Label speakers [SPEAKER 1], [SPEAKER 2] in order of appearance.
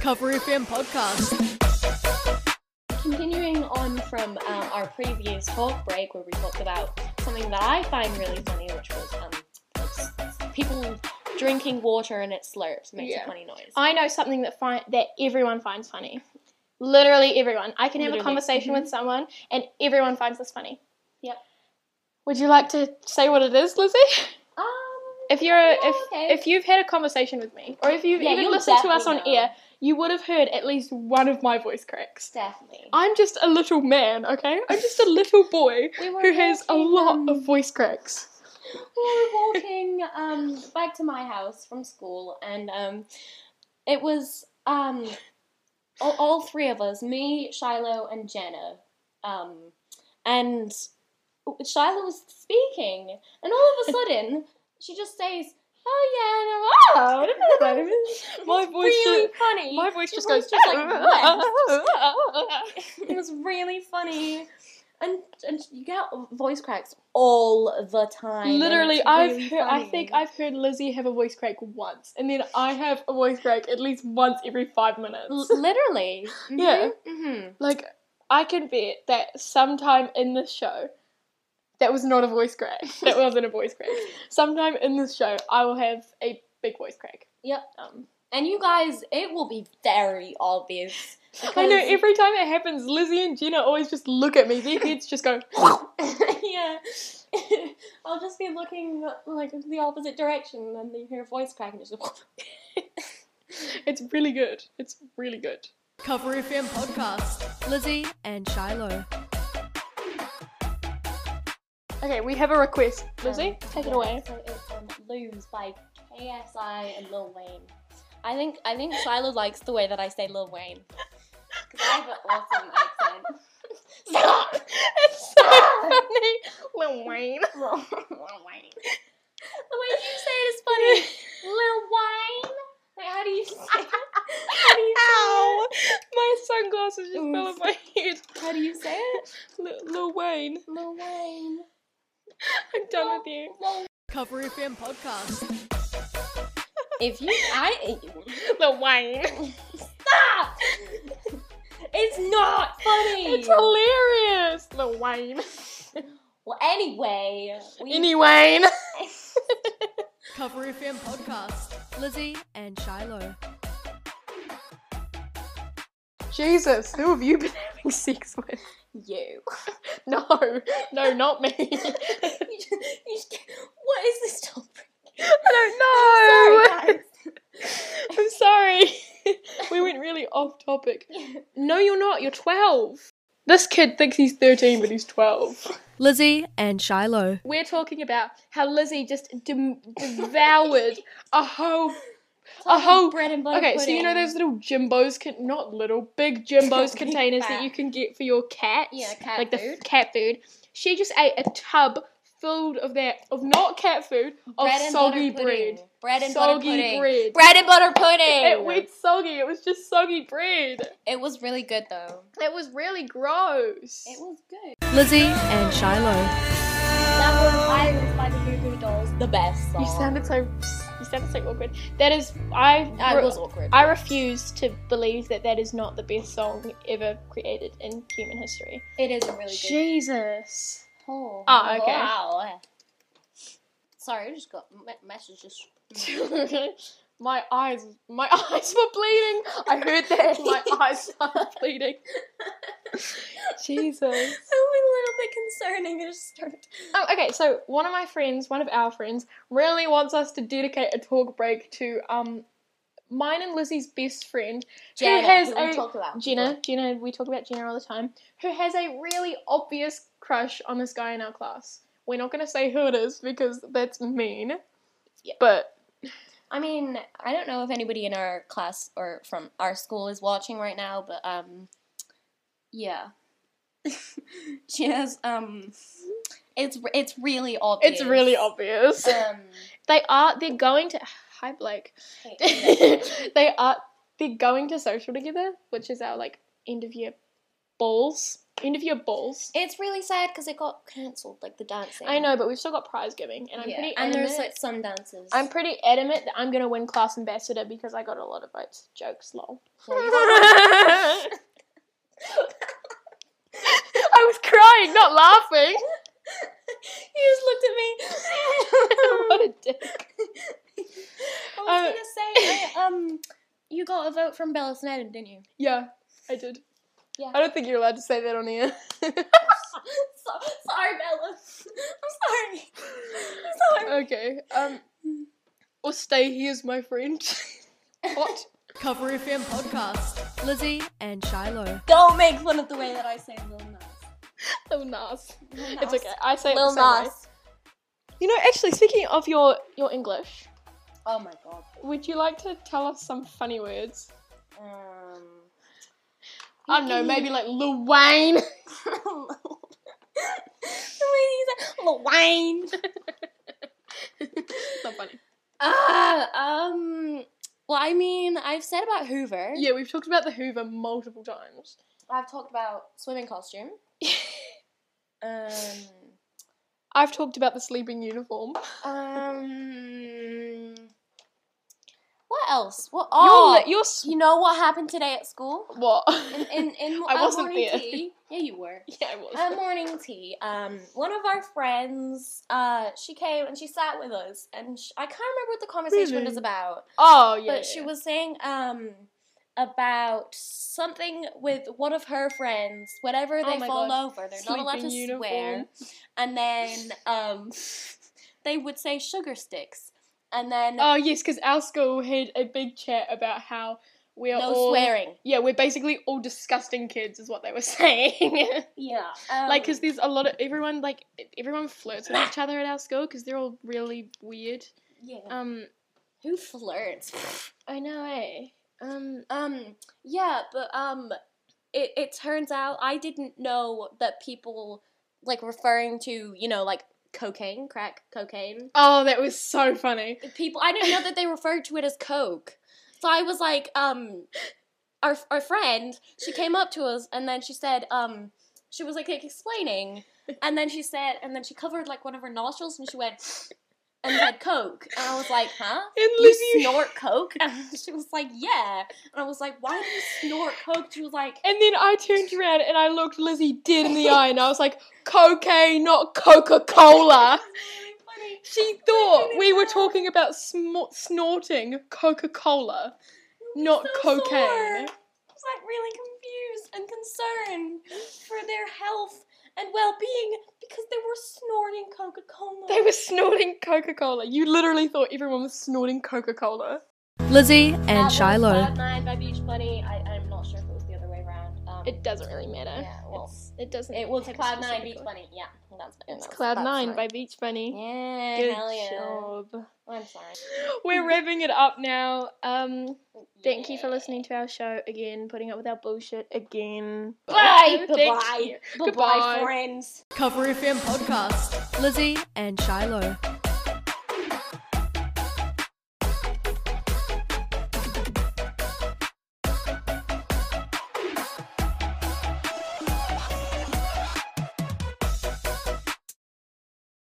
[SPEAKER 1] Cover FM podcast.
[SPEAKER 2] Continuing on from um, our previous talk break, where we talked about something that I find really funny, which was um, s- people drinking water and it slurps makes
[SPEAKER 3] Yeah.
[SPEAKER 2] a funny noise.
[SPEAKER 3] I know something that fi- that everyone finds funny. Literally everyone. I can have
[SPEAKER 2] Literally. Mm-hmm.
[SPEAKER 3] a conversation with someone and everyone finds this funny.
[SPEAKER 2] Yep.
[SPEAKER 3] Would you like to say what it is, Lizzie?
[SPEAKER 2] Um,
[SPEAKER 3] If you're
[SPEAKER 2] Yeah,
[SPEAKER 3] if
[SPEAKER 2] okay.
[SPEAKER 3] if you've had a conversation with me or if you've
[SPEAKER 2] Yeah,
[SPEAKER 3] even
[SPEAKER 2] you'll
[SPEAKER 3] listened to us on
[SPEAKER 2] definitely know.
[SPEAKER 3] air, you would have heard at least one of my voice cracks.
[SPEAKER 2] definitely.
[SPEAKER 3] I'm just a little man, okay? I'm just a little boy
[SPEAKER 2] We were
[SPEAKER 3] who has a
[SPEAKER 2] walking,
[SPEAKER 3] lot
[SPEAKER 2] um,
[SPEAKER 3] of voice cracks.
[SPEAKER 2] we were walking um, back to my house from school, and um, it was um, all, all three of us me, Shiloh, and Jenna. Um, and Shiloh was speaking, and all of a sudden, she just says, Oh, yeah, and I'm, oh,
[SPEAKER 3] My
[SPEAKER 2] it's
[SPEAKER 3] voice
[SPEAKER 2] really
[SPEAKER 3] just-
[SPEAKER 2] funny.
[SPEAKER 3] My voice
[SPEAKER 2] Your
[SPEAKER 3] just
[SPEAKER 2] voice
[SPEAKER 3] goes
[SPEAKER 2] just, like, it was really funny. And, and you get voice cracks all the time. and
[SPEAKER 3] Literally,
[SPEAKER 2] it's
[SPEAKER 3] I've
[SPEAKER 2] really
[SPEAKER 3] heard, I think
[SPEAKER 2] funny.
[SPEAKER 3] I've heard Lizzie have a voice crack once, and then I have a voice crack at least once every five
[SPEAKER 2] L-
[SPEAKER 3] minutes.
[SPEAKER 2] literally.
[SPEAKER 3] Yeah.
[SPEAKER 2] hmm
[SPEAKER 3] Like I can bet that sometime in this show, that was not a voice crack. That wasn't a voice crack. Sometime in this show, I will have a big voice crack.
[SPEAKER 2] Yep.
[SPEAKER 3] Um,
[SPEAKER 2] And you guys, it will be very obvious.
[SPEAKER 3] I know
[SPEAKER 2] because-
[SPEAKER 3] every time it happens, Lizzie and Jenna always just look at me. Their heads just go.
[SPEAKER 2] yeah. I'll just be looking like the opposite direction, and then you hear a voice crack, and it's just.
[SPEAKER 3] It's really good. It's really good.
[SPEAKER 1] Cover FM podcast. Lizzie and Shiloh.
[SPEAKER 3] Okay, we have a request, Lizzie.
[SPEAKER 2] Um,
[SPEAKER 3] take
[SPEAKER 2] yeah,
[SPEAKER 3] it away.
[SPEAKER 2] So it's um, Lose by KSI and Lil Wayne. I think I think Shiloh likes the way that I say Lil Wayne. Because I have an awesome accent.
[SPEAKER 3] it's so funny. Lil Wayne.
[SPEAKER 2] Lil Wayne. The way you say it is funny. Lil Wayne? Like, how do you say it? How do you say
[SPEAKER 3] Ow! My sunglasses just fell
[SPEAKER 2] Oof.
[SPEAKER 3] on my head.
[SPEAKER 2] it? How do you say it?
[SPEAKER 3] Lil, Lil Wayne,
[SPEAKER 2] Lil Wayne.
[SPEAKER 3] I'm done with you.
[SPEAKER 2] Lil
[SPEAKER 1] Cover FM podcast.
[SPEAKER 2] If you. I.
[SPEAKER 3] Lil Wayne.
[SPEAKER 2] Stop! It's not funny!
[SPEAKER 3] It's hilarious. Lil Wayne.
[SPEAKER 2] well, anyway. We,
[SPEAKER 3] Any Wayne.
[SPEAKER 1] Cover FM podcast. Lizzie and Shiloh.
[SPEAKER 3] Jesus, who have you been having sex with?
[SPEAKER 2] You.
[SPEAKER 3] No, no, not me. I
[SPEAKER 2] you just, you just, what is this topic?
[SPEAKER 3] don't know.
[SPEAKER 2] Sorry,
[SPEAKER 3] I'm sorry. we went really off topic.
[SPEAKER 2] guys.
[SPEAKER 3] No, you're not. You're 12. This kid thinks he's 13, but he's 12.
[SPEAKER 1] Lizzie and Shiloh.
[SPEAKER 3] We're talking about how Lizzie just dem- devoured a whole a whole.
[SPEAKER 2] bread and butter
[SPEAKER 3] Okay, so you know
[SPEAKER 2] pudding.
[SPEAKER 3] those little Jimbo's, con- not little, big Jimbo's
[SPEAKER 2] Big
[SPEAKER 3] containers
[SPEAKER 2] fat.
[SPEAKER 3] that you can get for your cat.
[SPEAKER 2] Yeah, cat
[SPEAKER 3] like the
[SPEAKER 2] food.
[SPEAKER 3] f- cat food. She just ate a tub filled of that of not cat food of
[SPEAKER 2] bread and
[SPEAKER 3] soggy
[SPEAKER 2] butter
[SPEAKER 3] bread.
[SPEAKER 2] pudding. Bread and butter
[SPEAKER 3] soggy
[SPEAKER 2] pudding.
[SPEAKER 3] bread.
[SPEAKER 2] Bread and butter pudding.
[SPEAKER 3] It went soggy. It was just soggy bread.
[SPEAKER 2] It was really good though.
[SPEAKER 3] It was really gross.
[SPEAKER 2] It was good.
[SPEAKER 1] Lizzie and Shiloh.
[SPEAKER 2] That was Islands by the Goo Goo Dolls. The best song.
[SPEAKER 3] You sounded so. You sounded so awkward. That is, I.
[SPEAKER 2] I was awkward.
[SPEAKER 3] I refuse to believe that that is not the best song ever created in human history.
[SPEAKER 2] It is a really good.
[SPEAKER 3] Jesus.
[SPEAKER 2] Oh,
[SPEAKER 3] Ah, okay.
[SPEAKER 2] Wow. Sorry, I just got me- messages.
[SPEAKER 3] my eyes, my eyes were bleeding. I heard that. My eyes started bleeding. Jesus.
[SPEAKER 2] a little bit concerning. I just started.
[SPEAKER 3] Oh, okay. So one of my friends, one of our friends, really wants us to dedicate a talk break to um, mine and Lizzie's best friend,
[SPEAKER 2] Jenna,
[SPEAKER 3] who has
[SPEAKER 2] who we
[SPEAKER 3] a
[SPEAKER 2] talked about.
[SPEAKER 3] Gina, Gina, we talk about Gina all the time, who has a really obvious crush on this guy in our class. We're not going to say who it is because that's mean.
[SPEAKER 2] Yeah.
[SPEAKER 3] But
[SPEAKER 2] I mean, I don't know if anybody in our class or from our school is watching right now, but um, yeah, she has um, it's it's really obvious.
[SPEAKER 3] it's really obvious.
[SPEAKER 2] Um,
[SPEAKER 3] they are they're going to hi Blake. they are they're going to social together, which is our like end of year balls. end of year balls.
[SPEAKER 2] It's really sad because it got cancelled, like the dancing.
[SPEAKER 3] I know, but we've still got prize giving, and I'm
[SPEAKER 2] yeah.
[SPEAKER 3] pretty
[SPEAKER 2] and
[SPEAKER 3] adamant.
[SPEAKER 2] there's like some dances.
[SPEAKER 3] I'm pretty adamant that I'm gonna win class ambassador because I got a lot of votes. Jokes, lol.
[SPEAKER 2] Well, you
[SPEAKER 3] I was crying, not laughing.
[SPEAKER 2] you just looked at me.
[SPEAKER 3] what a dick.
[SPEAKER 2] I was gonna say, I, um, you got a vote from Bella Snedden, didn't you?
[SPEAKER 3] Yeah, I did.
[SPEAKER 2] Yeah.
[SPEAKER 3] I don't think you're allowed to say that on air.
[SPEAKER 2] so, sorry, Bella. I'm sorry. I'm sorry.
[SPEAKER 3] okay. Um. Or stay here's my friend. what?
[SPEAKER 1] Cover FM podcast. Lizzie and Shiloh.
[SPEAKER 2] Don't make fun of the way that I say Lil Nas.
[SPEAKER 3] Lil Nas.
[SPEAKER 2] Lil
[SPEAKER 3] It's
[SPEAKER 2] Nas.
[SPEAKER 3] okay. I say it the
[SPEAKER 2] Lil
[SPEAKER 3] same way.
[SPEAKER 2] Nas.
[SPEAKER 3] You know, actually, speaking of your your English,
[SPEAKER 2] Oh my god.
[SPEAKER 3] would you like to tell us some funny words?
[SPEAKER 2] Um.
[SPEAKER 3] I don't know, maybe like Lil Wayne.
[SPEAKER 2] Lil Wayne.
[SPEAKER 3] it's not funny.
[SPEAKER 2] Ah, um. Well, I mean, I've said about Hoover.
[SPEAKER 3] Yeah, we've talked about the Hoover multiple times.
[SPEAKER 2] I've talked about swimming costume. Um.
[SPEAKER 3] I've talked about the sleeping uniform.
[SPEAKER 2] Um. What else? What?
[SPEAKER 3] You're
[SPEAKER 2] Oh,
[SPEAKER 3] li- you're s-
[SPEAKER 2] you know what happened today at school?
[SPEAKER 3] what?
[SPEAKER 2] In in, in
[SPEAKER 3] I
[SPEAKER 2] our
[SPEAKER 3] wasn't
[SPEAKER 2] morning
[SPEAKER 3] there.
[SPEAKER 2] tea. Yeah, you were.
[SPEAKER 3] yeah, I was.
[SPEAKER 2] At morning tea, um, one of our friends, uh, she came and she sat with us, and sh I can't remember what the conversation
[SPEAKER 3] Really?
[SPEAKER 2] was about,
[SPEAKER 3] oh yeah.
[SPEAKER 2] but she was saying um about something with one of her friends. Whenever
[SPEAKER 3] Oh
[SPEAKER 2] they
[SPEAKER 3] my
[SPEAKER 2] fall
[SPEAKER 3] God.
[SPEAKER 2] over, they're not allowed to
[SPEAKER 3] Sleeping
[SPEAKER 2] swear,
[SPEAKER 3] uniform.
[SPEAKER 2] and then um, they would say sugar sticks, and then
[SPEAKER 3] Oh yes, because our school had a big chat about how we are
[SPEAKER 2] no
[SPEAKER 3] all
[SPEAKER 2] swearing.
[SPEAKER 3] yeah, we're basically all disgusting kids, is what they were saying.
[SPEAKER 2] Yeah,
[SPEAKER 3] like,
[SPEAKER 2] um,
[SPEAKER 3] because there's a lot of everyone like e, everyone flirts with each other at our school because they're all really weird.
[SPEAKER 2] yeah,
[SPEAKER 3] Um,
[SPEAKER 2] who flirts?
[SPEAKER 3] I know, eh? Um,
[SPEAKER 2] Um, yeah, but um, it it turns out I didn't know that people like referring to you know like cocaine, crack, cocaine.
[SPEAKER 3] oh, that was so funny.
[SPEAKER 2] People, I didn't know that they referred to it as coke. So I was like, um, our our friend, she came up to us and then she said, um, she was like, like explaining, and then she said, and then she covered like one of her nostrils and she went. And said coke, and I was like, "Huh?
[SPEAKER 3] And
[SPEAKER 2] you
[SPEAKER 3] Lizzie,
[SPEAKER 2] snort coke? And she was like, yeah. And I was like, why do you snort coke? She was like,
[SPEAKER 3] and then I turned around and I looked Lizzie dead in the eye and I was like, cocaine, not Coca Cola.
[SPEAKER 2] funny.
[SPEAKER 3] She thought we were talking about sm- snorting Coca Cola, not cocaine.
[SPEAKER 2] I was like really confused and concerned for their health and well-being because they were snorting Coca-Cola.
[SPEAKER 3] They were snorting Coca Cola. You literally thought everyone was snorting Coca Cola.
[SPEAKER 1] Lizzie and
[SPEAKER 2] Bad
[SPEAKER 1] Shiloh.
[SPEAKER 2] Nine by Beach Bunny. I, I'm not sure if it was the other way around. Um,
[SPEAKER 3] It doesn't really matter.
[SPEAKER 2] Yeah, well,
[SPEAKER 3] It doesn't.
[SPEAKER 2] it was Cloud Nine Beach
[SPEAKER 3] specifically.
[SPEAKER 2] Bunny. Yeah, that's
[SPEAKER 3] It's Cloud Nine by Beach Bunny.
[SPEAKER 2] Yeah,
[SPEAKER 3] Good
[SPEAKER 2] hell yeah.
[SPEAKER 3] job.
[SPEAKER 2] I'm sorry.
[SPEAKER 3] We're wrapping it up now. Um, thank you for listening to our show again, putting up with our bullshit again.
[SPEAKER 2] Bye.
[SPEAKER 3] Thank you.
[SPEAKER 2] Bye-bye. Bye,
[SPEAKER 3] Goodbye.
[SPEAKER 2] friends.
[SPEAKER 1] Cover FM podcast. Lizzie and Shiloh.